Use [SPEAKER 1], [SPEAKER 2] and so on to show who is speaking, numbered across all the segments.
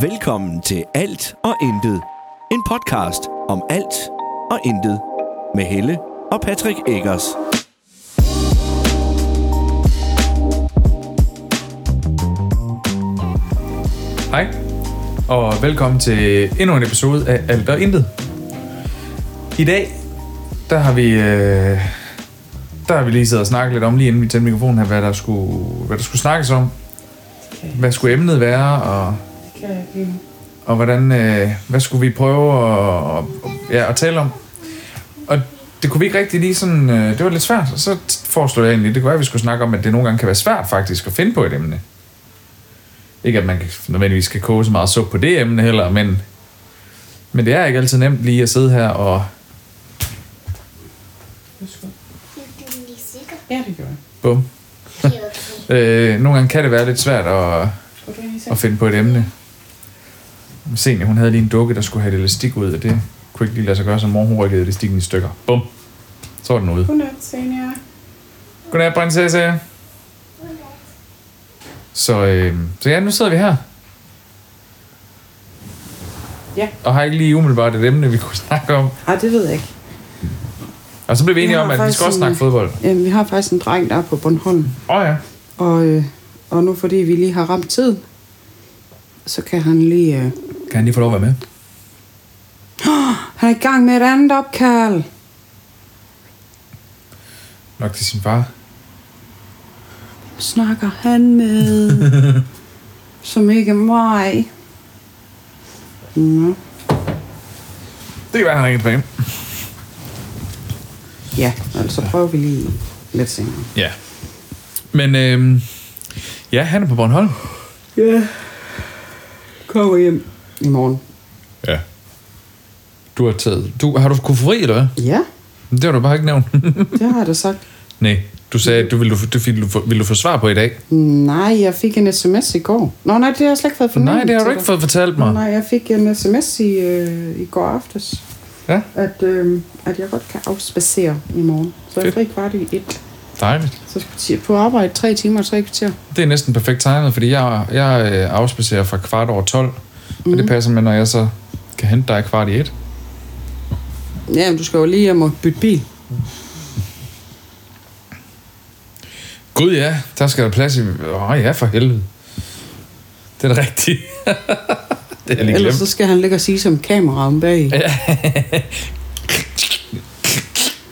[SPEAKER 1] Velkommen til Alt og Intet. En podcast om alt og intet. Med Helle og Patrick Eggers.
[SPEAKER 2] Hej, og velkommen til endnu en episode af Alt og Intet. I dag, der har vi, øh, der har vi lige siddet og snakket lidt om, lige inden vi tændte mikrofonen her, hvad der skulle, hvad der skulle snakkes om. Hvad skulle emnet være, og, og hvordan, øh, hvad skulle vi prøve at, ja, at tale om. Og det kunne vi ikke rigtig lige sådan, øh, det var lidt svært, og så t- foreslog jeg egentlig, det kunne være, at vi skulle snakke om, at det nogle gange kan være svært faktisk at finde på et emne. Ikke at man kan- nødvendigvis skal koge så meget suppe på det emne heller, men, men det er ikke altid nemt lige at sidde her og
[SPEAKER 3] Ja, det gjorde jeg.
[SPEAKER 2] bum. Øh, nogle gange kan det være lidt svært at,
[SPEAKER 3] Skulle du lige se?
[SPEAKER 2] at finde på et emne. Senior, hun havde lige en dukke, der skulle have et elastik ud, og det kunne ikke lige lade sig gøre, så mor hun rykkede elastikken i stykker. Bum. Så var den ude.
[SPEAKER 3] Godnat, senior.
[SPEAKER 2] Godnat, prinsesse. Så, øh, så ja, nu sidder vi her.
[SPEAKER 3] Ja.
[SPEAKER 2] Og har ikke lige umiddelbart et emne, vi kunne snakke om.
[SPEAKER 3] Ej, det ved jeg ikke.
[SPEAKER 2] Og så blev vi enige
[SPEAKER 3] Jeg
[SPEAKER 2] om,
[SPEAKER 3] har
[SPEAKER 2] at vi
[SPEAKER 3] faktisk
[SPEAKER 2] skal også
[SPEAKER 3] en-
[SPEAKER 2] snakke fodbold.
[SPEAKER 3] Øhm, vi har faktisk en dreng, der er på Bornholm.
[SPEAKER 2] Åh oh, ja.
[SPEAKER 3] Og, øh, og nu fordi vi lige har ramt tid, så kan han lige... Øh,
[SPEAKER 2] Kan han lige få lov at være med?
[SPEAKER 3] han er i gang med et andet opkald.
[SPEAKER 2] Nok til sin far.
[SPEAKER 3] Hvem Snakker han med? som ikke er mig. Nå.
[SPEAKER 2] Det kan være, han har ringet hjem.
[SPEAKER 3] Ja, altså prøver vi lige lidt senere.
[SPEAKER 2] Ja. Men øhm, ja, han er på Bornholm.
[SPEAKER 3] Ja. Kommer hjem i morgen.
[SPEAKER 2] Ja. Du har taget... Du, har du kunne få fri, eller hvad?
[SPEAKER 3] Ja,
[SPEAKER 2] Det har du bare ikke nævnt.
[SPEAKER 3] det har jeg da sagt.
[SPEAKER 2] Nej, du sagde, at du ville, du, ville, du, ville du få svar på i dag.
[SPEAKER 3] Nej, jeg fik en sms i går. Nå, nej, det har jeg slet ikke fået fornævnt
[SPEAKER 2] Nej, det har du
[SPEAKER 3] til
[SPEAKER 2] ikke
[SPEAKER 3] dig.
[SPEAKER 2] fået fortalt mig.
[SPEAKER 3] Nej, jeg fik en sms i, øh, i går aftes,
[SPEAKER 2] Ja,
[SPEAKER 3] at, øh, at jeg godt kan afspacere i morgen. Så jeg er
[SPEAKER 2] Fedt.
[SPEAKER 3] fri kvart i et.
[SPEAKER 2] dejligt.
[SPEAKER 3] Så skal jeg ti- på arbejde tre timer og tre kvarter.
[SPEAKER 2] Det er næsten perfekt timet, fordi jeg, jeg øh, afspacerer fra kvart over 12. Mm. Og det passer med, når jeg så kan hente dig kvart i et.
[SPEAKER 3] Ja, men du skal jo lige hjem og bytte bil.
[SPEAKER 2] Gud ja, der skal der plads i... Åh ja, for helvede. Det er da rigtigt. det er lige
[SPEAKER 3] Ellers
[SPEAKER 2] glemt.
[SPEAKER 3] så skal han ligge og sige som kamera om bag. Ja.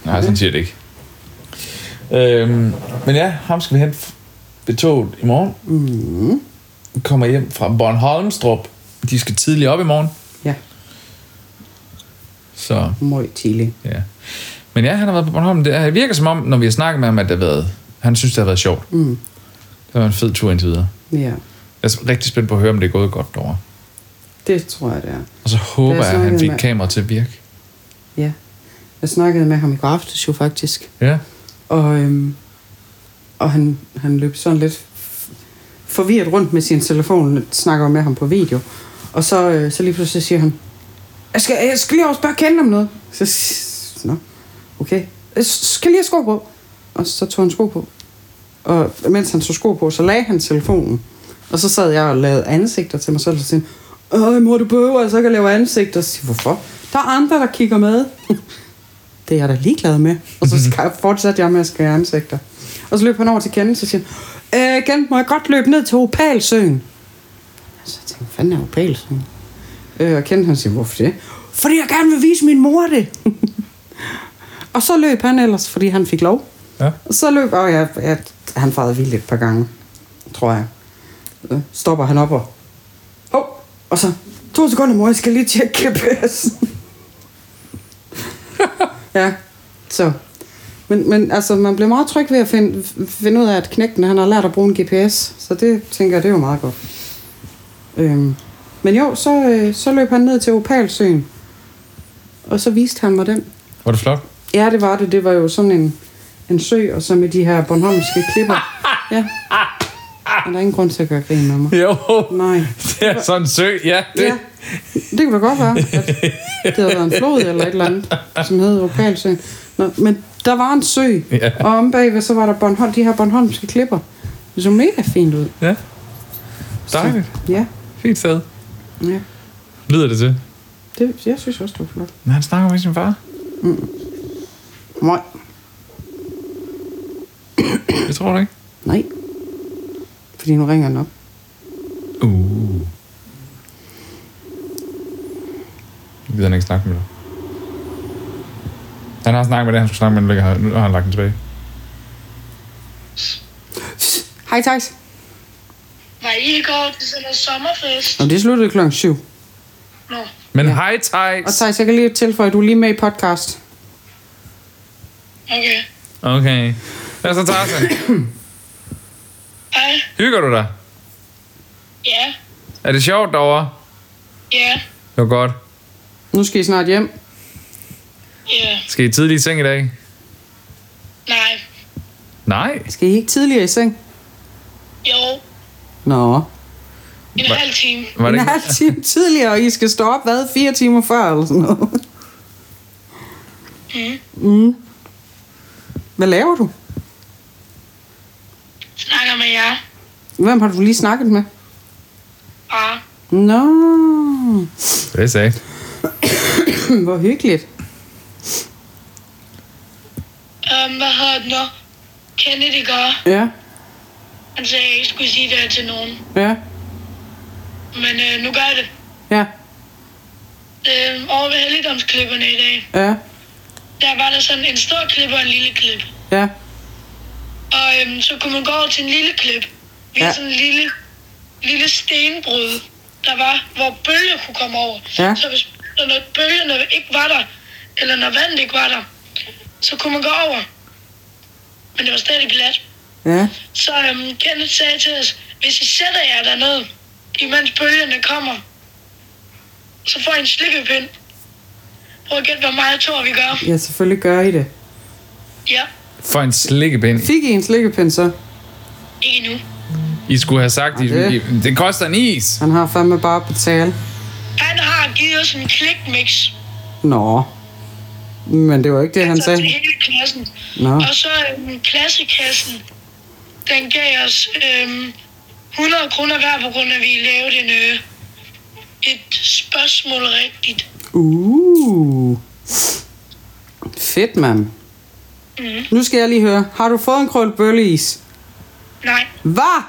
[SPEAKER 2] Nej, sådan siger det ikke. Øhm, men ja, ham skal vi hente ved toget i morgen.
[SPEAKER 3] Mm.
[SPEAKER 2] Vi kommer hjem fra Bornholmstrup. De skal tidligt op i morgen.
[SPEAKER 3] Ja,
[SPEAKER 2] Så
[SPEAKER 3] møj tidlig.
[SPEAKER 2] ja. Men ja, han har været på Bornholm. Det er- virker som om, når vi har snakket med ham, at det har været, han synes, det har været sjovt.
[SPEAKER 3] Mm.
[SPEAKER 2] Det var en fed tur indtil videre.
[SPEAKER 3] Ja,
[SPEAKER 2] Jeg er rigtig spændt på at høre, om det er gået godt derovre.
[SPEAKER 3] det tror jeg, det er.
[SPEAKER 2] Og så håber
[SPEAKER 3] Hvad
[SPEAKER 2] jeg, at han
[SPEAKER 3] snakkede
[SPEAKER 2] fik
[SPEAKER 3] med-
[SPEAKER 2] kameraet til at virke.
[SPEAKER 3] Ja. Jeg snakkede med ham i går aftes jo faktisk.
[SPEAKER 2] Ja.
[SPEAKER 3] Og, øhm, og han, han løb sådan lidt f- forvirret rundt med sin telefon, og snakker med ham på video. Og så, øh, så lige pludselig siger han, jeg skal, jeg skal lige også bare kende om noget. Så s- nå, okay. Jeg s- skal lige have sko på. Og så tog han sko på. Og mens han tog sko på, så lagde han telefonen. Og så sad jeg og lavede ansigter til mig selv, og så sagde han, Øj, mor, du behøver altså ikke at lave ansigter. Så siger, jeg, hvorfor? Der er andre, der kigger med. det er jeg da ligeglad med. Og så skal- fortsatte jeg med at skrive ansigter. Og så løb han over til Kenneth, og siger han, øh, Kenneth, må jeg godt løbe ned til Opalsøen? Så jeg tænkte, hvad fanden er Opalsøen? Øh, og Kenneth, han siger, hvorfor det? Fordi jeg gerne vil vise min mor det. og så løb han ellers, fordi han fik lov.
[SPEAKER 2] ja.
[SPEAKER 3] Og så løb og jeg, jeg, han farede vildt et par gange, tror jeg. Øh, Stopper han op og... Hov! Og så, to sekunder, mor, jeg skal lige tjekke GPS'en. ja, så. Men, men altså, man bliver meget tryg ved at finde, finde ud af, at knægten han har lært at bruge en GPS. Så det tænker jeg, det er jo meget godt. Øhm, men jo, så, øh, så løb han ned til Opalsøen. Og så viste han mig den.
[SPEAKER 2] Var det flot?
[SPEAKER 3] Ja, det var det. Det var jo sådan en, en sø, og så med de her bornholmske klipper. Ja. Og der er ingen grund til at gøre grin med mig.
[SPEAKER 2] Jo,
[SPEAKER 3] Nej.
[SPEAKER 2] det er sådan en sø. Ja, det.
[SPEAKER 3] Ja. Det kunne da godt være, at det havde været en flod eller et eller andet, som hed Opalsø. Nå, men der var en sø,
[SPEAKER 2] Ja.
[SPEAKER 3] og om bagved så var der Bornholm, de her bornholmske klipper. Det så mega fint ud.
[SPEAKER 2] ja.
[SPEAKER 3] Så,
[SPEAKER 2] Dejligt.
[SPEAKER 3] Ja.
[SPEAKER 2] Fint sted.
[SPEAKER 3] Ja,
[SPEAKER 2] Lyder det til?
[SPEAKER 3] det, jeg synes også, det var flot.
[SPEAKER 2] Men han snakker med sin far.
[SPEAKER 3] Nej.
[SPEAKER 2] Jeg tror det ikke.
[SPEAKER 3] Nej. Fordi nu ringer den op.
[SPEAKER 2] Uh. Jeg gider han ikke snakke med dig. Han har snakket med det, han skulle snakke med, nu ligger han- nu har han lagt den tilbage.
[SPEAKER 3] Hej, Thijs.
[SPEAKER 4] Var I ikke over til sådan noget sommerfest?
[SPEAKER 3] Nå, det sluttede klokken 7.
[SPEAKER 4] Nå.
[SPEAKER 2] Men
[SPEAKER 3] Ja.
[SPEAKER 2] hej, Thijs!
[SPEAKER 3] Og Thijs, jeg kan lige tilføje, at du er lige med i podcast.
[SPEAKER 4] Okay.
[SPEAKER 2] Okay. Hvad så, Tarzan?
[SPEAKER 4] Hej.
[SPEAKER 2] Hygger du dig?
[SPEAKER 4] Ja.
[SPEAKER 2] Er det sjovt derovre?
[SPEAKER 4] Ja.
[SPEAKER 2] Det var godt.
[SPEAKER 3] Nu skal I snart hjem.
[SPEAKER 4] Ja.
[SPEAKER 2] Skal I tidligt i seng i dag?
[SPEAKER 4] Nej.
[SPEAKER 2] Nej.
[SPEAKER 3] Skal I ikke tidligere i seng?
[SPEAKER 4] Jo.
[SPEAKER 3] Nå.
[SPEAKER 4] En
[SPEAKER 2] Hva-
[SPEAKER 4] halv time.
[SPEAKER 2] Var det
[SPEAKER 3] en
[SPEAKER 2] ikke?
[SPEAKER 3] halv time tidligere, og I skal stå op, hvad, fire timer før eller sådan noget? Mm. Hvad laver du?
[SPEAKER 4] Snakker med jer.
[SPEAKER 3] Hvem har du lige snakket med?
[SPEAKER 4] Bare.
[SPEAKER 3] Nå,
[SPEAKER 2] Det er sagt.
[SPEAKER 3] hvor hyggeligt.
[SPEAKER 4] Øhm, hvad hedder det nu? Kennedy gør.
[SPEAKER 3] Ja,
[SPEAKER 4] Han sagde, at jeg ikke skulle sige det her til nogen.
[SPEAKER 3] ja,
[SPEAKER 4] Men øh, nu gør jeg det.
[SPEAKER 3] ja,
[SPEAKER 4] Øh, over ved helligdomsklipperne i dag,
[SPEAKER 3] ja,
[SPEAKER 4] der var der sådan en stor klip og en lille klip.
[SPEAKER 3] ja,
[SPEAKER 4] Og øhm, så kunne man gå over til en lille klip. Vi ja.
[SPEAKER 3] Ja.
[SPEAKER 4] sådan en lille, lille stenbrud, der var, hvor bølger kunne komme over.
[SPEAKER 3] Ja.
[SPEAKER 4] Så hvis der- når bølgerne ikke var der, eller når vandet ikke var der, så kunne man gå over. Men det var stadig glat.
[SPEAKER 3] ja.
[SPEAKER 4] Så øhm, Kenneth sagde til os, hvis I sætter jer dernede, imens bølgerne kommer, så får I en slikkepind. Prøv at gætte, hvor meget tror vi gør.
[SPEAKER 3] Ja, selvfølgelig gør I det.
[SPEAKER 4] Ja,
[SPEAKER 2] For en slikkepind.
[SPEAKER 3] Fik I en slikkepind så?
[SPEAKER 4] ikke endnu.
[SPEAKER 2] I skulle have sagt, I,
[SPEAKER 3] Okay.
[SPEAKER 2] I, det koster en is.
[SPEAKER 3] Han har fandme bare betalt.
[SPEAKER 4] Han har givet os en klikmix.
[SPEAKER 3] Nå. Men det var ikke det, han
[SPEAKER 4] Altså,
[SPEAKER 3] sagde.
[SPEAKER 4] til hele klassen.
[SPEAKER 3] Nå.
[SPEAKER 4] Og så øhm, klassekassen, den gav os øhm, 100 kroner hver, på grund af, at vi lavede en, øh, et spørgsmål rigtigt.
[SPEAKER 3] Uh. Fedt, mand. Mm. Nu skal jeg lige høre. Har du fået en krøl bølleis?
[SPEAKER 4] Nej,
[SPEAKER 3] Hvad?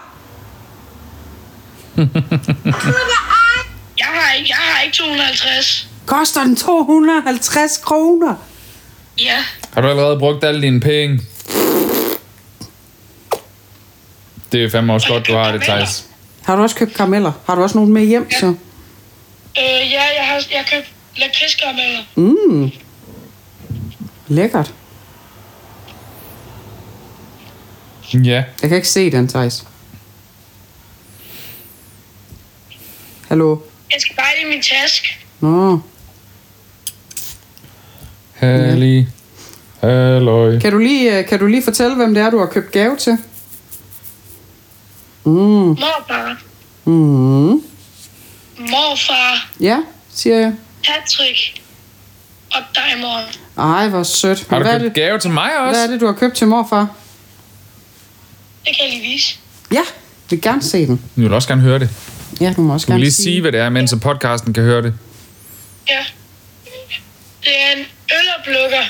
[SPEAKER 4] jeg har ikke, jeg har ikke 250.
[SPEAKER 3] Koster den 250 kroner?
[SPEAKER 4] Ja,
[SPEAKER 2] Har du allerede brugt alle dine penge? Det er fandme også godt, du har det, Thijs.
[SPEAKER 3] Har du også købt karameller? Har du også nogen med hjem, så?
[SPEAKER 4] øh, ja jeg har jeg købt lakridskarameller.
[SPEAKER 3] Mm. Lækkert.
[SPEAKER 2] Ja.
[SPEAKER 3] Jeg kan ikke se den, Thijs. Hallo?
[SPEAKER 4] Jeg skal bare i min taske.
[SPEAKER 3] Nå.
[SPEAKER 2] Halli. Halløj.
[SPEAKER 3] Kan du, lige, øh, kan du lige fortælle, hvem det er, du har købt gave til? Mm.
[SPEAKER 4] Morfar,
[SPEAKER 3] Mm.
[SPEAKER 4] morfar,
[SPEAKER 3] Ja, siger jeg.
[SPEAKER 4] Patrick og dig, mor.
[SPEAKER 3] Ej, hvor sødt.
[SPEAKER 2] Har
[SPEAKER 3] Men
[SPEAKER 2] du
[SPEAKER 3] hvad, er
[SPEAKER 2] købt
[SPEAKER 3] det,
[SPEAKER 2] gave til mig
[SPEAKER 3] hvad er
[SPEAKER 2] også?
[SPEAKER 3] det, du har købt til morfar?
[SPEAKER 4] Det kan jeg lige vise.
[SPEAKER 3] Ja, jeg vil gerne se den.
[SPEAKER 2] Nu vil også gerne høre det.
[SPEAKER 3] Ja, du må også
[SPEAKER 2] Du vil
[SPEAKER 3] gerne
[SPEAKER 2] lige sige, hvad det er, mens podcasten kan høre det.
[SPEAKER 4] Ja. Det er en øloplukker,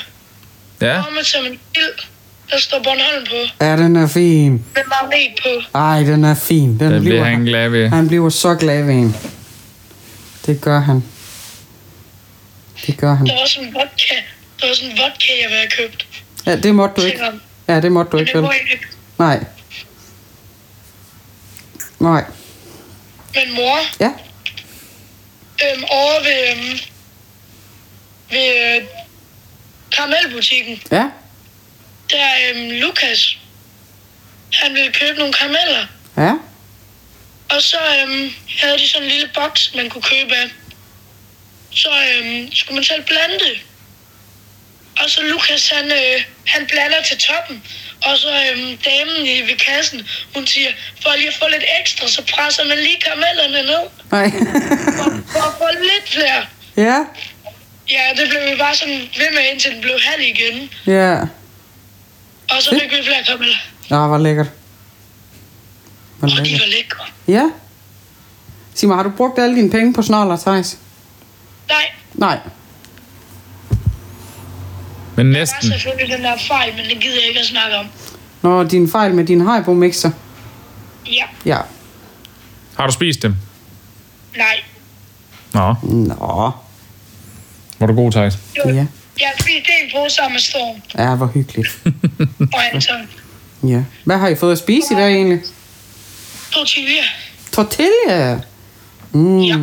[SPEAKER 2] Ja,
[SPEAKER 4] formet som en ild, der står Bornholm på,
[SPEAKER 3] Ja, den er fin.
[SPEAKER 4] med magnet på.
[SPEAKER 3] Ej, den er fin. Den
[SPEAKER 2] der bliver
[SPEAKER 3] bliver
[SPEAKER 2] han glad ved.
[SPEAKER 3] han bliver så glad ved en. Det gør han. Det gør han.
[SPEAKER 4] Der var også en vodka, der var sådan en vodka, jeg havde købt
[SPEAKER 3] Ja, det måtte du
[SPEAKER 4] til
[SPEAKER 3] ikke.
[SPEAKER 4] ham.
[SPEAKER 3] Ja, det måtte du
[SPEAKER 4] Men
[SPEAKER 3] ikke,
[SPEAKER 4] det
[SPEAKER 3] vel?
[SPEAKER 4] må jeg ikke.
[SPEAKER 3] Nej. Nej.
[SPEAKER 4] Men mor,
[SPEAKER 3] Ja,
[SPEAKER 4] øhm, over ved, øhm, ved øh, karamelbutikken,
[SPEAKER 3] ja.
[SPEAKER 4] der er øhm, Lukas. Han ville købe nogle karameller.
[SPEAKER 3] Ja,
[SPEAKER 4] Og så øhm, havde de sådan en lille boks, man kunne købe af. Så øhm, skulle man selv blande det. Og så Lukas, han, øh, han blander til toppen. Og så øhm, damen i, ved kassen, hun siger, for lige at få lidt ekstra, så presser man lige karamellerne ned.
[SPEAKER 3] nej.
[SPEAKER 4] For, for at få lidt flere.
[SPEAKER 3] ja,
[SPEAKER 4] Ja, det blev vi bare sådan ved med, indtil den blev halv igen.
[SPEAKER 3] ja.
[SPEAKER 4] Og så fik vi flere karameller.
[SPEAKER 3] Nå, hvor lækkert. Hvor
[SPEAKER 4] Og de
[SPEAKER 3] lækkert.
[SPEAKER 4] var lækre.
[SPEAKER 3] Ja. Sig mig, har du brugt alle dine penge på snorler, Thijs?
[SPEAKER 4] Nej,
[SPEAKER 3] Nej.
[SPEAKER 2] Men
[SPEAKER 4] der er
[SPEAKER 2] næsten.
[SPEAKER 4] selvfølgelig den der fejl, men det gider jeg ikke at snakke om.
[SPEAKER 3] Nå, din fejl med din Haribo-mixer.
[SPEAKER 4] Ja,
[SPEAKER 3] Ja.
[SPEAKER 2] Har du spist dem?
[SPEAKER 4] nej.
[SPEAKER 2] Nå,
[SPEAKER 3] Nå.
[SPEAKER 2] var du god, Thijs.
[SPEAKER 4] Jo,
[SPEAKER 3] Ja.
[SPEAKER 4] Jeg har spist en pose sammen med Storm
[SPEAKER 3] Ja, hvor hyggeligt.
[SPEAKER 4] og Anton.
[SPEAKER 3] Ja. Hvad har I fået at spise i dag egentlig?
[SPEAKER 4] Tortilla.
[SPEAKER 3] Tortilla. Mm.
[SPEAKER 4] Ja.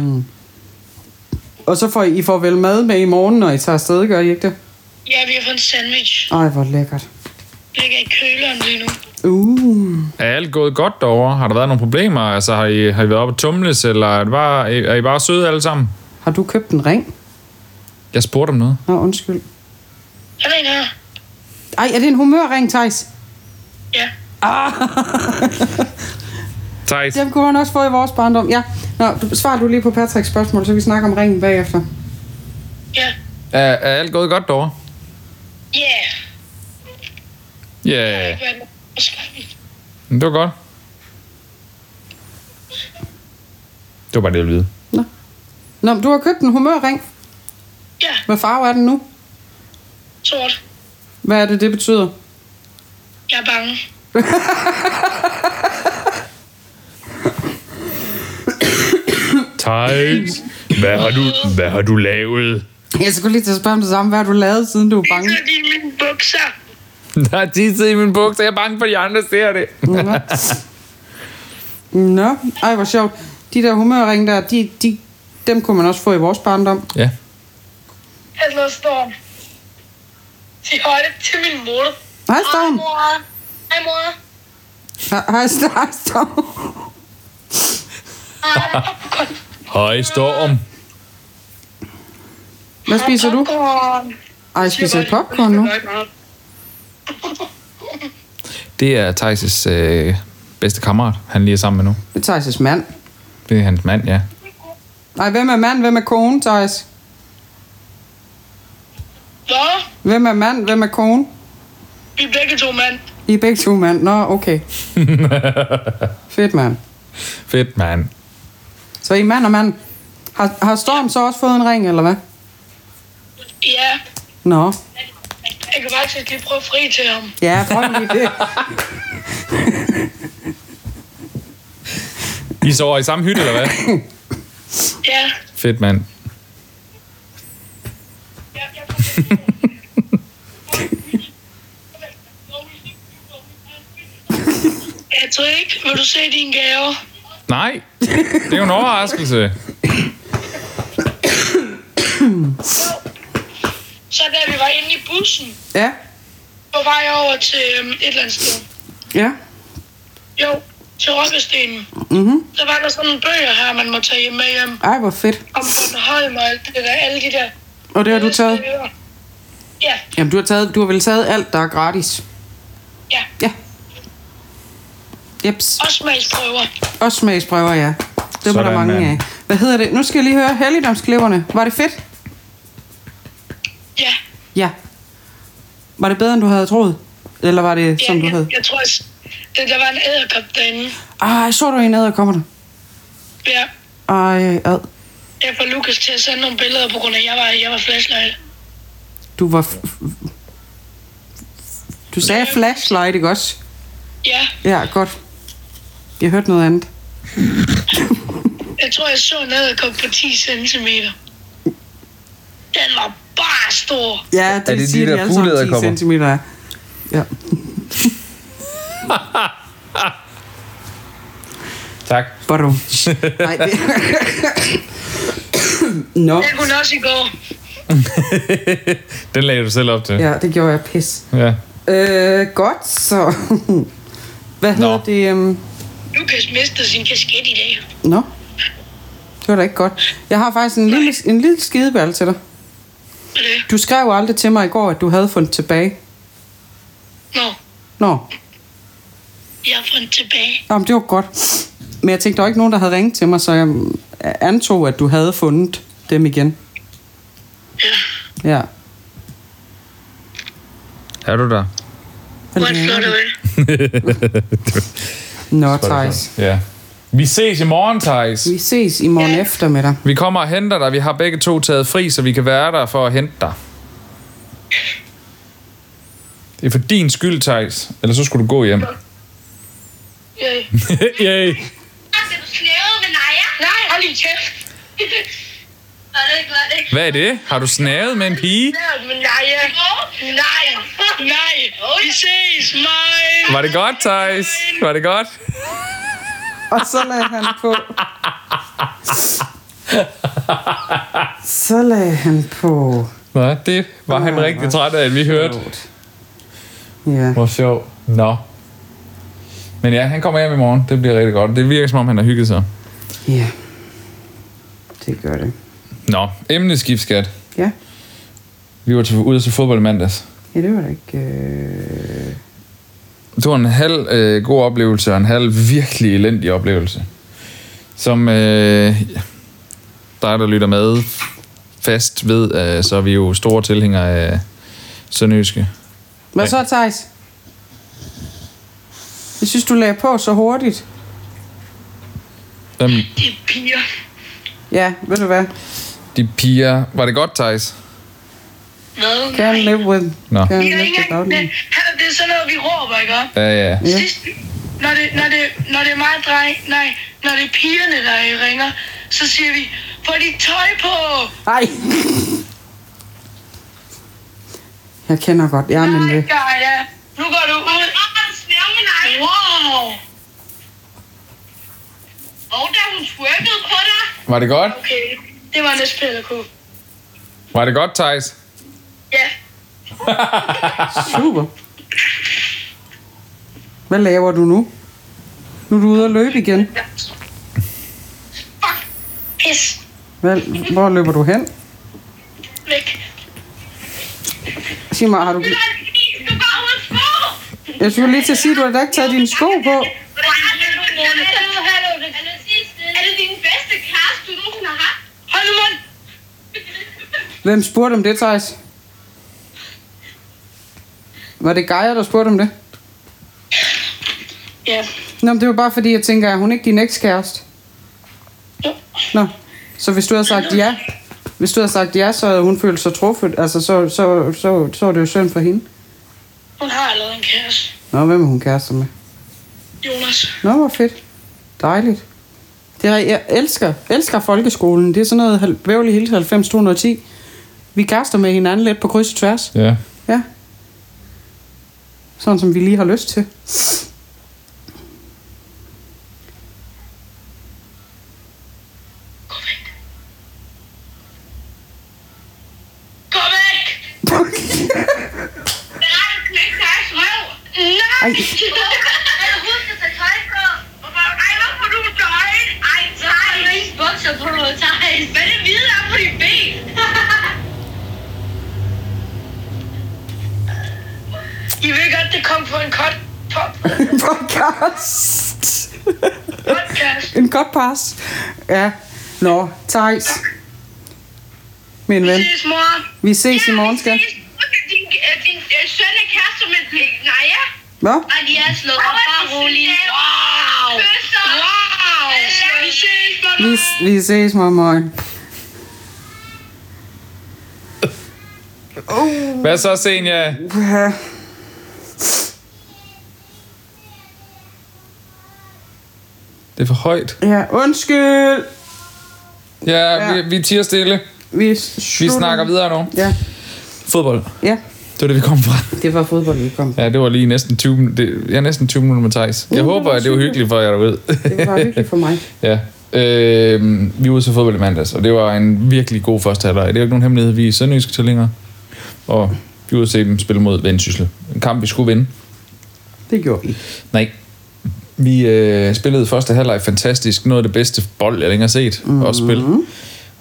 [SPEAKER 3] Og så får I, I får vel mad med i morgen, når I tager afsted, gør I ikke det?
[SPEAKER 4] Ja, vi har fået en sandwich.
[SPEAKER 3] Ej, hvor lækkert.
[SPEAKER 4] Ligger i køleren lige nu.
[SPEAKER 3] Uh.
[SPEAKER 2] Er alt gået godt derovre? Har der været nogle problemer? Altså, har I, har I været oppe at tumles, eller er, det bare, er I bare søde alle sammen?
[SPEAKER 3] Har du købt en ring?
[SPEAKER 2] Jeg spurgte om noget.
[SPEAKER 3] Nå, undskyld.
[SPEAKER 4] Er der en her?
[SPEAKER 3] Ej, er det en humørring, Thijs?
[SPEAKER 4] Ja.
[SPEAKER 2] Thijs,
[SPEAKER 3] Den kunne han også få i vores barndom. Ja. Nå, du, svarer du lige på Patricks spørgsmål, så vi snakker om ringen bagefter.
[SPEAKER 4] Ja.
[SPEAKER 2] er, er alt gået godt derovre?
[SPEAKER 4] Ja.
[SPEAKER 2] Ja, yeah.
[SPEAKER 4] Yeah.
[SPEAKER 2] det var godt. Det var bare det, jeg ville vide.
[SPEAKER 3] Nå, men du har købt en humørring.
[SPEAKER 4] Ja,
[SPEAKER 3] Hvad farve er den nu?
[SPEAKER 4] sort.
[SPEAKER 3] Hvad er det, det betyder?
[SPEAKER 4] Jeg er bange.
[SPEAKER 2] Thijs, hvad har du, hvad har du lavet?
[SPEAKER 3] Jeg skulle lige til at spørge om det samme. Hvad har du lavet, siden du er bange?
[SPEAKER 4] Det er lige mine bukser.
[SPEAKER 2] Der er tisset i min bukser, jeg er bange for, at de andre ser det.
[SPEAKER 3] Nå, ej, hvor sjovt. De der humørringe der, de, de, dem kunne man også få i vores barndom.
[SPEAKER 2] Ja.
[SPEAKER 4] Altså, Storm. Sig høj til min mor.
[SPEAKER 3] Hej, Storm.
[SPEAKER 4] Hej, mor. Hej, mor.
[SPEAKER 3] Hej, hej, Storm. Hej, Storm.
[SPEAKER 4] Hej, popcorn.
[SPEAKER 2] Hej, Storm.
[SPEAKER 3] Hvad spiser du?
[SPEAKER 4] Popcorn.
[SPEAKER 3] Ej, spiser jeg popcorn nu?
[SPEAKER 2] Det er Thijs' øh, bedste kammerat, han lige er sammen med nu.
[SPEAKER 3] Det er Thijs' mand.
[SPEAKER 2] Det er hans mand, ja.
[SPEAKER 3] Nej, hvem er mand? Hvem er kone, Thijs?
[SPEAKER 4] Hvad?
[SPEAKER 3] Hvem er mand? Hvem er kone?
[SPEAKER 4] Vi er begge to mand.
[SPEAKER 3] I er begge to mand. Nå, okay. Fedt, mand.
[SPEAKER 2] Fedt, mand.
[SPEAKER 3] Så I er mand og mand. Har, har Storm så også fået en ring, eller hvad?
[SPEAKER 4] Ja.
[SPEAKER 3] Nå.
[SPEAKER 4] Jeg kan faktisk lige prøve at fri til ham.
[SPEAKER 3] Ja, prøv lige det.
[SPEAKER 2] I sover i samme hytte, eller hvad?
[SPEAKER 4] Ja.
[SPEAKER 2] Fedt, mand.
[SPEAKER 4] Jeg tror ikke, vil du se dine gaver?
[SPEAKER 2] Nej, det er jo en overraskelse.
[SPEAKER 4] Så da vi var inde i bussen,
[SPEAKER 3] Ja.
[SPEAKER 4] på vej over til øhm, et eller andet sted.
[SPEAKER 3] Ja.
[SPEAKER 4] Jo, til Rokkestenen.
[SPEAKER 3] Mhm.
[SPEAKER 4] Der var der sådan nogle bøger her, man må tage hjem med hjem.
[SPEAKER 3] Ej, hvor fedt.
[SPEAKER 4] Om Bornholm og alt det der, alle de der.
[SPEAKER 3] Og det har
[SPEAKER 4] Mm.
[SPEAKER 3] du taget?
[SPEAKER 4] Ja,
[SPEAKER 3] Jamen, du har, taget, du har vel taget alt, der er gratis.
[SPEAKER 4] ja.
[SPEAKER 3] Ja. Jeps.
[SPEAKER 4] Og smagsprøver.
[SPEAKER 3] Og smagsprøver, ja. Det var
[SPEAKER 2] Sådan,
[SPEAKER 3] der mange
[SPEAKER 2] mand.
[SPEAKER 3] af. Hvad hedder det? Nu skal jeg lige høre helligdomskleverne. Var det fedt?
[SPEAKER 4] Ja.
[SPEAKER 3] Ja. Var det bedre, end du havde troet? Eller var det,
[SPEAKER 4] ja
[SPEAKER 3] som du
[SPEAKER 4] jeg,
[SPEAKER 3] havde?
[SPEAKER 4] jeg, tror, at det, der var en æderkop derinde.
[SPEAKER 3] Ej, så du en ad, kommer der.
[SPEAKER 4] Ja.
[SPEAKER 3] Ej, ad.
[SPEAKER 4] Jeg får Lukas til at sende nogle billeder, på grund af, at jeg var, jeg var flashlight.
[SPEAKER 3] Du var... F- f- du sagde flashlight, ikke også?
[SPEAKER 4] Ja,
[SPEAKER 3] Ja, godt. Jeg hørte noget andet.
[SPEAKER 4] jeg tror, jeg så en æderkop på 10 cm. Den var bare stor.
[SPEAKER 3] Ja, det,
[SPEAKER 2] det de
[SPEAKER 3] siger de,
[SPEAKER 2] der
[SPEAKER 3] alle sammen 10
[SPEAKER 2] fugleæderkopper?
[SPEAKER 3] centimeter. er. Ja.
[SPEAKER 2] Tak.
[SPEAKER 3] Badum. Nej, det... Nå,
[SPEAKER 4] Den kunne også i går.
[SPEAKER 2] Den lagde du selv op til.
[SPEAKER 3] ja, det gjorde jeg pis.
[SPEAKER 2] ja.
[SPEAKER 3] Øh, godt, så... Hvad
[SPEAKER 2] Nå.
[SPEAKER 3] hedder det? øhm,
[SPEAKER 4] Lukas mistede sin kasket i dag.
[SPEAKER 3] Nå. Det var da ikke godt. Jeg har faktisk en lille, en lille skideball til dig.
[SPEAKER 4] Hvad er det?
[SPEAKER 3] Du skrev aldrig til mig i går, at du havde fundet tilbage.
[SPEAKER 4] Nå,
[SPEAKER 3] Nå,
[SPEAKER 4] jeg har fundet tilbage.
[SPEAKER 3] Jamen, det var godt. Men jeg tænkte, der var ikke nogen, der havde ringet til mig, så jeg øh, antog, at du havde fundet dem igen. Ja.
[SPEAKER 2] Er du der?
[SPEAKER 4] Hvor er det flot at være.
[SPEAKER 3] Nå, Thijs.
[SPEAKER 2] Ja. Vi ses i morgen, Thijs.
[SPEAKER 3] Vi ses i morgen
[SPEAKER 4] Ja.
[SPEAKER 3] eftermiddag.
[SPEAKER 2] Vi kommer og henter dig. Vi har begge to taget fri, så vi kan være der for at hente dig. Det er for din skyld, Thijs. Ellers så skulle du gå hjem.
[SPEAKER 4] Yay.
[SPEAKER 2] Yay.
[SPEAKER 5] Skal du snæve med Naja?
[SPEAKER 4] Nej, hold din kæft.
[SPEAKER 5] Var det ikke, var det ikke?
[SPEAKER 2] Hvad er det? Har du snævet med en pige?
[SPEAKER 4] Nej, men nej, ja. nej, nej. Vi ses, mig.
[SPEAKER 2] Var det godt, Thijs? Var det godt?
[SPEAKER 3] Og så lagde han på. Så lagde han på.
[SPEAKER 2] Nå, det var han
[SPEAKER 3] Nå,
[SPEAKER 2] rigtig
[SPEAKER 3] hvor
[SPEAKER 2] træt af, at vi hørte.
[SPEAKER 3] sjovt. Ja.
[SPEAKER 2] Hvor sjov. Nå. Men ja, han kommer hjem i morgen. Det bliver rigtig godt. Det virker, som om han har hygget sig.
[SPEAKER 3] ja. Det gør det.
[SPEAKER 2] Nå, emneskift, skat.
[SPEAKER 3] Ja.
[SPEAKER 2] Vi var til, ude til fodbold i mandags.
[SPEAKER 3] Ja, det var da ikke... Øh...
[SPEAKER 2] Det var en halv øh, god oplevelse og en halv virkelig elendig oplevelse. Som øh, dig, der lytter med fast ved, øh, så er vi jo store tilhængere af Sønderjyske.
[SPEAKER 3] Hvad så, Thijs? Jeg synes, du lagde på så hurtigt.
[SPEAKER 2] Dem,
[SPEAKER 4] De piger.
[SPEAKER 3] Ja, ved du hvad?
[SPEAKER 2] de piger... Var det godt, Thijs?
[SPEAKER 4] Hvad?
[SPEAKER 3] Can
[SPEAKER 4] Nej.
[SPEAKER 3] live with...
[SPEAKER 2] Nå.
[SPEAKER 3] Can
[SPEAKER 4] Vi har
[SPEAKER 3] live
[SPEAKER 4] ikke
[SPEAKER 3] without
[SPEAKER 4] engang...
[SPEAKER 3] me.
[SPEAKER 4] Det, han- det er sådan noget, vi råber, ikke? op?
[SPEAKER 2] Ja, ja.
[SPEAKER 3] Ja.
[SPEAKER 4] Sidst, når, det, når, det, når det er mig, dreng, nej, når det er pigerne, der øh, ringer, så siger vi, få dit tøj på!
[SPEAKER 3] Ej! Jeg kender godt. Ja, men
[SPEAKER 4] Nej,
[SPEAKER 3] det...
[SPEAKER 4] Gaia, nu går du ud.
[SPEAKER 5] Åh, har du snæve med Naja?
[SPEAKER 4] Wow!
[SPEAKER 5] Og da hun twerkede på dig.
[SPEAKER 2] Var det godt?
[SPEAKER 4] Okay, det var næste pædagog.
[SPEAKER 2] Var det godt, Thijs?
[SPEAKER 4] Ja,
[SPEAKER 3] Super. Hvad laver du nu? Nu er du ude at løbe igen.
[SPEAKER 4] fuck, pis,
[SPEAKER 3] Hvad, hvor løber du hen?
[SPEAKER 4] væk.
[SPEAKER 3] Sig mig, har du...
[SPEAKER 5] Det var det, fordi du går uden sko.
[SPEAKER 3] Jeg skulle lige til at sige, at du har da ikke taget dine sko på.
[SPEAKER 5] Hvordan har du det? Hallo, hallo. Er det sidste? Er det din bedste kæreste, du nogensinde har haft?
[SPEAKER 4] Hold nu mund!
[SPEAKER 3] Hvem spurgte om det, Thijs? Var det Geir, der spurgte om det?
[SPEAKER 4] Ja,
[SPEAKER 3] Nå, men det var bare fordi, jeg tænker, er hun ikke din ekskæreste?
[SPEAKER 4] Jo.
[SPEAKER 3] Nå, så hvis du havde sagt ja, hvis du havde sagt ja, så havde hun følt sig truffet. Altså, så, så, så, så er det jo synd for hende.
[SPEAKER 4] hun har allerede en kæreste.
[SPEAKER 3] Nå, hvem er hun kærester med?
[SPEAKER 4] Jonas.
[SPEAKER 3] Nå, hvor fedt. Dejligt. Det er, jeg elsker, elsker folkeskolen. Det er sådan noget hal- Beverly Hills 90 210. Vi kaster med hinanden lidt på kryds og tværs.
[SPEAKER 2] Ja.
[SPEAKER 3] Ja. Sådan som vi lige har lyst til.
[SPEAKER 4] Gå væk. Gå væk!
[SPEAKER 5] Det er ret, du knækker Najas røv.
[SPEAKER 3] Ej.
[SPEAKER 5] Nej! Er det hun, der tager tøj på? Hvorfor- Ej, hvorfor er du nøgen? Ej, Thijs. Du har ikke bukser på, du, Thijs. Hvad er det hvide, der er på dine ben?
[SPEAKER 4] I ved godt, det kom på en kort pop-
[SPEAKER 3] Podcast.
[SPEAKER 4] podcast.
[SPEAKER 3] en godt pas. Ja. Nå, Thijs. Min
[SPEAKER 4] Vi
[SPEAKER 3] ven.
[SPEAKER 4] ses, mor.
[SPEAKER 3] Vi ses i morgen, skat.
[SPEAKER 5] Din, øh, din øh, søn er kærester med Naja,
[SPEAKER 3] Hvad?
[SPEAKER 5] og de er slået op. Bare rolig.
[SPEAKER 4] Wow!
[SPEAKER 5] Kysser.
[SPEAKER 4] Wow! Vi ses, mor.
[SPEAKER 3] Vi, vi ses, morgen.
[SPEAKER 2] Hvad så, Senja?
[SPEAKER 3] Ja.
[SPEAKER 2] Det er for højt.
[SPEAKER 3] ja, undskyld.
[SPEAKER 2] Ja,
[SPEAKER 3] Ja.
[SPEAKER 2] Vi, vi tiger stille.
[SPEAKER 3] Vi,
[SPEAKER 2] Vi
[SPEAKER 3] slutter.
[SPEAKER 2] snakker videre nu.
[SPEAKER 3] Ja,
[SPEAKER 2] Fodbold.
[SPEAKER 3] ja.
[SPEAKER 2] Det var det, vi kom fra.
[SPEAKER 3] Det var fodbold, vi kom.
[SPEAKER 2] Ja, det var lige næsten 20, min- det, ja, næsten 20 minutter med Thijs. Jeg
[SPEAKER 3] det
[SPEAKER 2] håber,
[SPEAKER 3] var
[SPEAKER 2] at det var
[SPEAKER 3] super.
[SPEAKER 2] hyggeligt for jer derude.
[SPEAKER 3] Det var hyggeligt for mig.
[SPEAKER 2] ja. Øh, vi var ude til fodbold i mandags, og det var en virkelig god første halvleg. Det er jo ikke nogen hemmelighed, vi er sønderjyske til længere. Og vi var ude til dem spille mod Vendsyssel. En kamp, vi skulle vinde.
[SPEAKER 3] Det gjorde vi.
[SPEAKER 2] Nej. Vi øh, spillede første halvleg fantastisk. Noget af det bedste bold, jeg længere har set mm-hmm. at spille.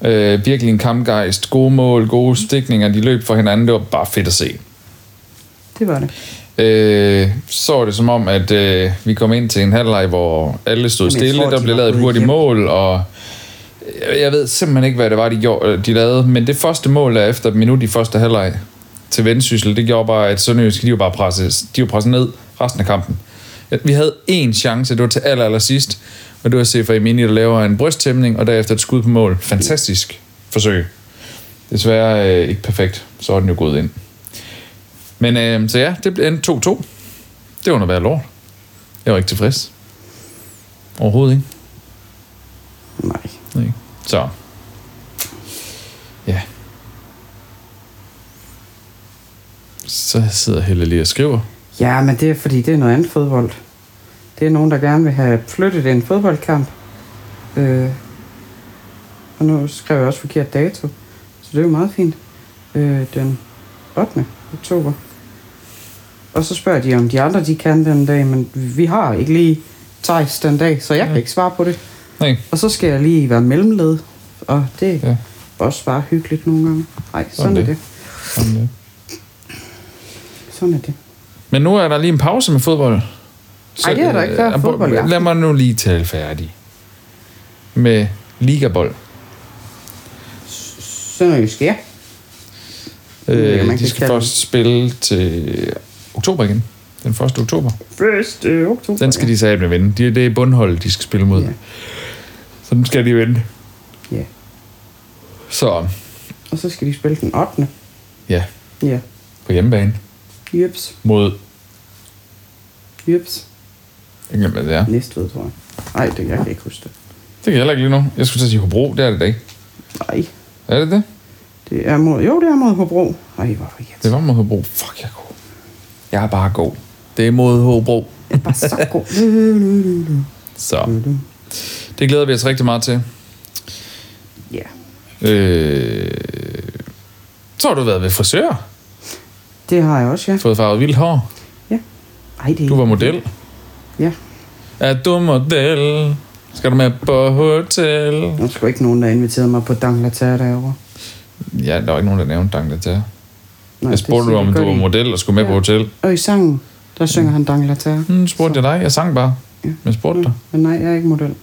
[SPEAKER 2] Øh, virkelig en kampgejst. Gode mål, gode stikninger. De løb for hinanden. Det var bare fedt at se.
[SPEAKER 3] Det var det.
[SPEAKER 2] Øh, så var det som om, at øh, vi kom ind til en halvleg, hvor alle stod
[SPEAKER 3] Jamen, jeg
[SPEAKER 2] stille.
[SPEAKER 3] tror,
[SPEAKER 2] der
[SPEAKER 3] de
[SPEAKER 2] blev
[SPEAKER 3] var
[SPEAKER 2] lavet et
[SPEAKER 3] gået
[SPEAKER 2] hurtigt
[SPEAKER 3] hjem.
[SPEAKER 2] mål, og jeg- jeg ved simpelthen ikke, hvad det var, de, gjorde, de lavede. Men det første mål er efter et minut i første halvleg til Vendsyssel. Det gjorde bare, at Sønderjysk, de var bare presset, de var presset ned resten af kampen. at vi havde én chance, det var til aller, aller sidst, og det var Sefer Emini, der laver en brysttæmning, og derefter et skud på mål. Fantastisk forsøg. Desværre øh, ikke perfekt, så er den jo gået ind. Men øh, så ja, det blev endte 2-2. Det var noget værd lort. Jeg var ikke tilfreds. Overhovedet ikke.
[SPEAKER 3] Nej.
[SPEAKER 2] Nej. Så. Ja. Så sidder Helle lige og skriver.
[SPEAKER 3] Ja, men det er fordi, det er noget andet fodbold. Det er nogen, der gerne vil have flyttet en fodboldkamp. Øh, og nu skrev jeg også forkert dato, så det er jo meget fint. Øh, den 8. oktober. Og så spørger de, om de andre de kan den dag, men vi har ikke lige Thijs den dag, så jeg ja. kan ikke svare på det.
[SPEAKER 2] Nej.
[SPEAKER 3] Og så skal jeg lige være mellemled, og det
[SPEAKER 2] Ja.
[SPEAKER 3] ja. også bare hyggeligt nogle gange. Nej, sådan
[SPEAKER 2] Sådan
[SPEAKER 3] er
[SPEAKER 2] det.
[SPEAKER 3] det.
[SPEAKER 2] Sådan der.
[SPEAKER 3] Sådan er det.
[SPEAKER 2] Men nu er der lige en pause med fodbold. Så,
[SPEAKER 3] Ej, det er der ikke. Der er
[SPEAKER 2] øh,
[SPEAKER 3] fodbold i aften.
[SPEAKER 2] Lad mig nu lige tale færdig. Med ligabold.
[SPEAKER 3] Sønderjysk, ja. ved ikke, om
[SPEAKER 2] Øh,
[SPEAKER 3] man
[SPEAKER 2] de
[SPEAKER 3] kan
[SPEAKER 2] skal
[SPEAKER 3] kalde
[SPEAKER 2] først spille til oktober igen. Den 1. oktober.
[SPEAKER 3] 1. oktober.
[SPEAKER 2] Den skal de sagde vinde. De- Det er bundholdet, de skal spille mod.
[SPEAKER 3] Ja.
[SPEAKER 2] Så den skal de vinde.
[SPEAKER 3] Ja.
[SPEAKER 2] Så
[SPEAKER 3] Og så skal de spille den 8.
[SPEAKER 2] ja,
[SPEAKER 3] Ja.
[SPEAKER 2] på hjemmebane
[SPEAKER 3] Jøps.
[SPEAKER 2] mod...
[SPEAKER 3] Jøps.
[SPEAKER 2] Jeg glemmer, hvad det er.
[SPEAKER 3] Næste ved, tror jeg. Nej, det jeg kan ikke huske det.
[SPEAKER 2] Det kan jeg heller ikke lige nu. Jeg skulle til at sige Hobro, det er det da ikke.
[SPEAKER 3] Nej.
[SPEAKER 2] Er det det?
[SPEAKER 3] Det er mod... Jo, det er mod Hobro. Nej, hvor er det
[SPEAKER 2] Det
[SPEAKER 3] irriterende.
[SPEAKER 2] var mod Hobro. Fuck, jeg er god. Jeg er bare god. Det er mod Hobro.
[SPEAKER 3] Jeg er bare så god. Lø, lø, lø, lø.
[SPEAKER 2] Så. Det glæder vi os rigtig meget til.
[SPEAKER 3] Ja.
[SPEAKER 2] Øh... Så har du været ved frisør.
[SPEAKER 3] Det har jeg også, ja.
[SPEAKER 2] Fået farvet vildt hår.
[SPEAKER 3] ja. Ej, det er...
[SPEAKER 2] Du var model.
[SPEAKER 3] Ja.
[SPEAKER 2] Er du model? Skal du med på hotel?
[SPEAKER 3] Der var sgu ikke nogen, der inviterede mig på Danglater derovre.
[SPEAKER 2] Ja, der var ikke nogen, der nævnte Dangleterre.
[SPEAKER 3] Nej,
[SPEAKER 2] Jeg spurgte
[SPEAKER 3] det
[SPEAKER 2] du, om
[SPEAKER 3] siger
[SPEAKER 2] du
[SPEAKER 3] jeg
[SPEAKER 2] var
[SPEAKER 3] godt
[SPEAKER 2] model og skulle med
[SPEAKER 3] Ja.
[SPEAKER 2] på hotel.
[SPEAKER 3] ikke. Og i sangen, der synger han Danglater.
[SPEAKER 2] Hmm, spurgte jeg dig. Jeg sang bare. Men jeg spurgte dig.
[SPEAKER 3] Men nej, jeg er ikke model.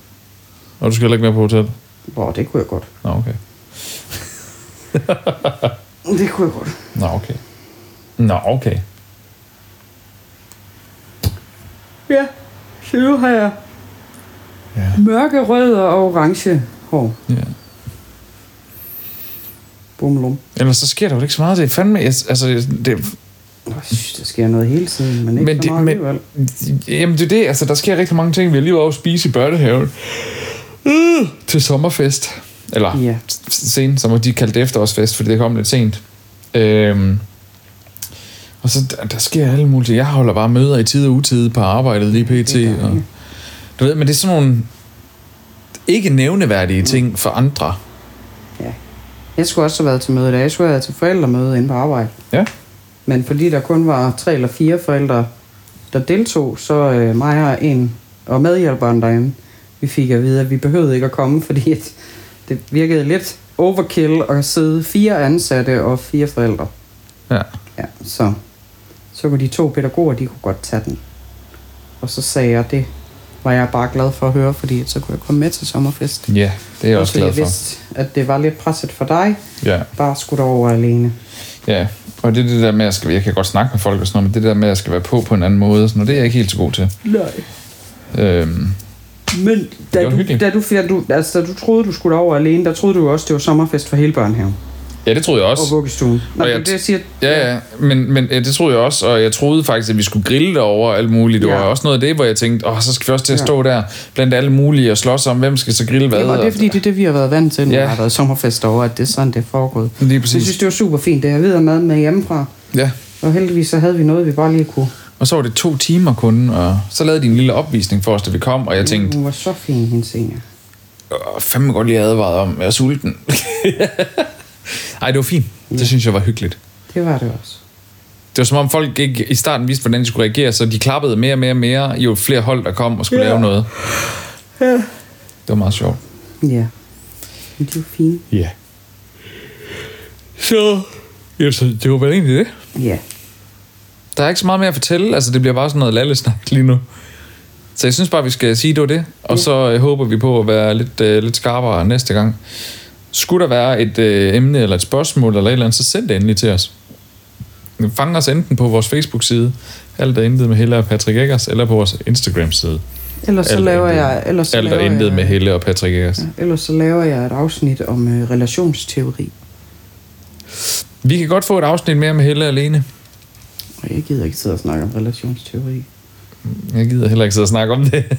[SPEAKER 2] Og du skal heller ikke med på hotel.
[SPEAKER 3] Hvor det kunne jeg godt.
[SPEAKER 2] Nå, okay.
[SPEAKER 3] Det kunne jeg godt.
[SPEAKER 2] Nå, okay. Nå, okay.
[SPEAKER 3] Ja. Så nu har jeg
[SPEAKER 2] Ja.
[SPEAKER 3] mørke, rød og orange hår.
[SPEAKER 2] ja.
[SPEAKER 3] Bumlum.
[SPEAKER 2] Ellers så sker der jo ikke så meget. Det er fandme... Jeg, altså, det,
[SPEAKER 3] Jeg synes, der sker noget hele tiden, men ikke
[SPEAKER 2] men
[SPEAKER 3] men så
[SPEAKER 2] det,
[SPEAKER 3] meget det,
[SPEAKER 2] men,
[SPEAKER 3] alligevel.
[SPEAKER 2] jamen, det er det. Altså, der sker rigtig mange ting. Vi har lige været oppe at spise i børnehaven. Øh, til sommerfest. Eller
[SPEAKER 3] Ja.
[SPEAKER 2] s- sen, som de kaldte efterårsfest, fordi det kom lidt sent. Øhm, og så der, der sker alle mulige ting. Jeg holder bare møder i tid og utide på arbejdet lige pt. Og, du ved, men det er sådan nogle ikke
[SPEAKER 3] Mm.
[SPEAKER 2] nævneværdige ting for andre.
[SPEAKER 3] Ja. Jeg skulle også have været til møde i dag. Jeg skulle have været til forældremøde inde på arbejde.
[SPEAKER 2] Ja.
[SPEAKER 3] Men fordi der kun var tre eller fire forældre, der deltog, så øh, mig og en og medhjælperen derinde, vi fik at vide, at vi behøvede ikke at komme, fordi at det virkede lidt overkill at sidde fire ansatte og fire forældre.
[SPEAKER 2] Ja.
[SPEAKER 3] Ja, så. Så kunne de to pædagoger, de kunne godt tage den. Og så sagde jeg, det var jeg bare glad for at høre, fordi at så kunne jeg komme med til sommerfest.
[SPEAKER 2] ja, det er jeg også
[SPEAKER 3] fordi
[SPEAKER 2] glad
[SPEAKER 3] jeg
[SPEAKER 2] for.
[SPEAKER 3] vidste, at det var lidt presset for dig.
[SPEAKER 2] Ja.
[SPEAKER 3] Bare skulle over alene.
[SPEAKER 2] Ja, og det er det der med, at jeg, skal, jeg kan godt snakke med folk og sådan noget, men det der med, at jeg skal være på på en anden måde, og sådan noget, det er jeg ikke helt så god til.
[SPEAKER 3] Nej.
[SPEAKER 2] Øhm,
[SPEAKER 3] Men
[SPEAKER 2] Det var
[SPEAKER 3] da du,
[SPEAKER 2] hyggeligt.
[SPEAKER 3] da, du, da, du, altså, da du troede, du skulle over alene, der troede du jo også, det var sommerfest for hele børnehaven
[SPEAKER 2] ja, det troede jeg
[SPEAKER 3] og
[SPEAKER 2] også.
[SPEAKER 3] vuggestuen. Nå,
[SPEAKER 2] Og
[SPEAKER 3] det
[SPEAKER 2] jeg-
[SPEAKER 3] er det, jeg siger.
[SPEAKER 2] Ja, ja, men, men ja, det troede jeg også, og jeg troede faktisk, at vi skulle grille derovre og alt muligt. Det
[SPEAKER 3] Ja.
[SPEAKER 2] var også noget af det, hvor jeg tænkte, åh, så skal vi også til at stå der blandt alle mulige og slås om, hvem skal så grille hvad.
[SPEAKER 3] Jamen, og det er fordi, det er det, vi har været vant til, når
[SPEAKER 2] Ja.
[SPEAKER 3] ja. der har været sommerfest over, at det er sådan, det er foregået.
[SPEAKER 2] Lige præcis.
[SPEAKER 3] Jeg synes, det var super fint, det jeg ved mad med hjemmefra.
[SPEAKER 2] Ja,
[SPEAKER 3] Og heldigvis så havde vi noget, vi bare lige kunne.
[SPEAKER 2] og så var det to timer kun, og så lavede de en lille opvisning for os, da vi kom,
[SPEAKER 3] Mm.
[SPEAKER 2] og jeg tænkte,
[SPEAKER 3] Hun var så fin, hende senior.
[SPEAKER 2] åh, fandme godt lige advaret om, jeg er sulten. Ej, det var fint.
[SPEAKER 3] Mm.
[SPEAKER 2] Det synes jeg var hyggeligt.
[SPEAKER 3] Det var det også.
[SPEAKER 2] Det var som om folk ikke i starten vidste, hvordan de skulle reagere, så de klappede mere og mere og mere, jo flere hold, der kom og skulle ja. lave noget. Ja. Det var meget sjovt.
[SPEAKER 3] Ja. Men de var fine.
[SPEAKER 2] Ja. Så, ja, så det var vel egentlig det.
[SPEAKER 3] Ja.
[SPEAKER 2] Der er ikke så meget mere at fortælle, altså det bliver bare sådan noget lallesnak lige nu. Så jeg synes bare, vi skal sige, det var det.
[SPEAKER 3] Mm.
[SPEAKER 2] Og så øh, håber vi på at være lidt, øh, lidt skarpere næste gang. Skulle der være et øh, emne eller et spørgsmål eller et eller andet, så send det endelig til os. Fang os enten på vores Facebook-side, Alt er intet med Helle og Patrick Eggers, eller på vores Instagram-side.
[SPEAKER 3] Ellers så
[SPEAKER 2] Alt er
[SPEAKER 3] laver
[SPEAKER 2] intet.
[SPEAKER 3] jeg... Ellers så
[SPEAKER 2] Alt er
[SPEAKER 3] laver
[SPEAKER 2] intet
[SPEAKER 3] jeg,
[SPEAKER 2] med Helle og Patrick Eggers. Ja.
[SPEAKER 3] Ellers så laver jeg et afsnit om øh, relationsteori.
[SPEAKER 2] Vi kan godt få et afsnit mere med Helle alene.
[SPEAKER 3] Og jeg gider ikke sidde og snakke om relationsteori.
[SPEAKER 2] Jeg gider heller ikke sidde og snakke om det.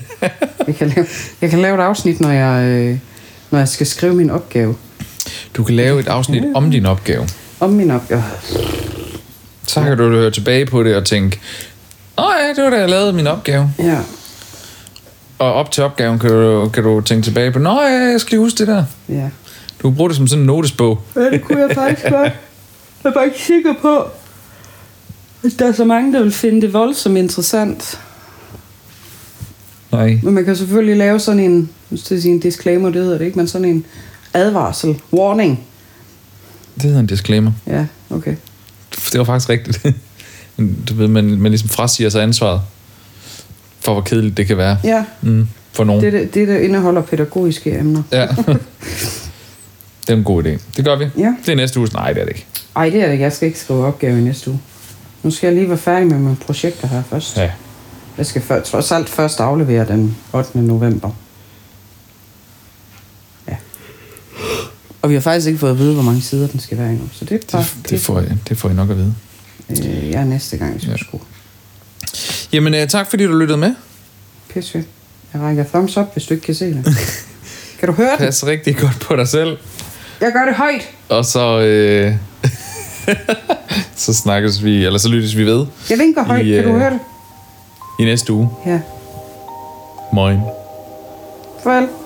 [SPEAKER 3] Jeg kan lave, jeg kan lave et afsnit, når jeg, øh, når jeg skal skrive min opgave.
[SPEAKER 2] Du kan lave et afsnit om din opgave.
[SPEAKER 3] Om min opgave.
[SPEAKER 2] Så kan du høre tilbage på det og tænke, åh ja, det var da jeg lavede min opgave.
[SPEAKER 3] Ja.
[SPEAKER 2] Og op til opgaven kan du, kan du tænke tilbage på, nå ja, jeg skal lige huske det der.
[SPEAKER 3] Ja.
[SPEAKER 2] Du kan bruge det som sådan en notesbog.
[SPEAKER 3] Ja, det kunne jeg faktisk godt. Jeg er bare ikke sikker på, at der er så mange, der vil finde det voldsomt interessant.
[SPEAKER 2] Nej.
[SPEAKER 3] Men man kan selvfølgelig lave sådan en, nu skal jeg sige en disclaimer, det hedder det ikke, men sådan en advarsel, warning.
[SPEAKER 2] Det hedder en disclaimer.
[SPEAKER 3] Ja, okay.
[SPEAKER 2] Det var faktisk rigtigt. Men du ved, man, man ligesom frasiger sig ansvaret for, hvor kedeligt det kan være.
[SPEAKER 3] Ja,
[SPEAKER 2] Mm, for nogen.
[SPEAKER 3] det, det, det der indeholder pædagogiske emner.
[SPEAKER 2] Ja. det er en god idé. Det gør vi.
[SPEAKER 3] Ja.
[SPEAKER 2] Det er næste uge. Nej, det er det ikke.
[SPEAKER 3] Ej, det er det ikke. Jeg skal ikke skrive opgave i næste uge. Nu skal jeg lige være færdig med mine projekter her først.
[SPEAKER 2] Ja.
[SPEAKER 3] Jeg skal før, trods alt først aflevere den 8. november. Ja. Og vi har faktisk ikke fået at vide, hvor mange sider den skal være endnu. Så det er bare...
[SPEAKER 2] Det, det, får, I- det får I nok at vide.
[SPEAKER 3] øh, jeg er næste gang, hvis
[SPEAKER 2] Ja.
[SPEAKER 3] ja. skulle.
[SPEAKER 2] Jamen, øh, tak fordi du lyttede med.
[SPEAKER 3] Pisse. Jeg rækker thumbs up, hvis du ikke kan se det. kan du høre det?
[SPEAKER 2] Pas rigtig godt på dig selv.
[SPEAKER 3] Jeg gør det højt.
[SPEAKER 2] Og så... Øh, så snakkes vi, eller så lyttes vi ved
[SPEAKER 3] Jeg vinker højt.
[SPEAKER 2] I,
[SPEAKER 3] Kan du
[SPEAKER 2] øh,
[SPEAKER 3] høre det?
[SPEAKER 2] i næste uge.
[SPEAKER 3] Ja.
[SPEAKER 2] Moin.
[SPEAKER 3] Farvel.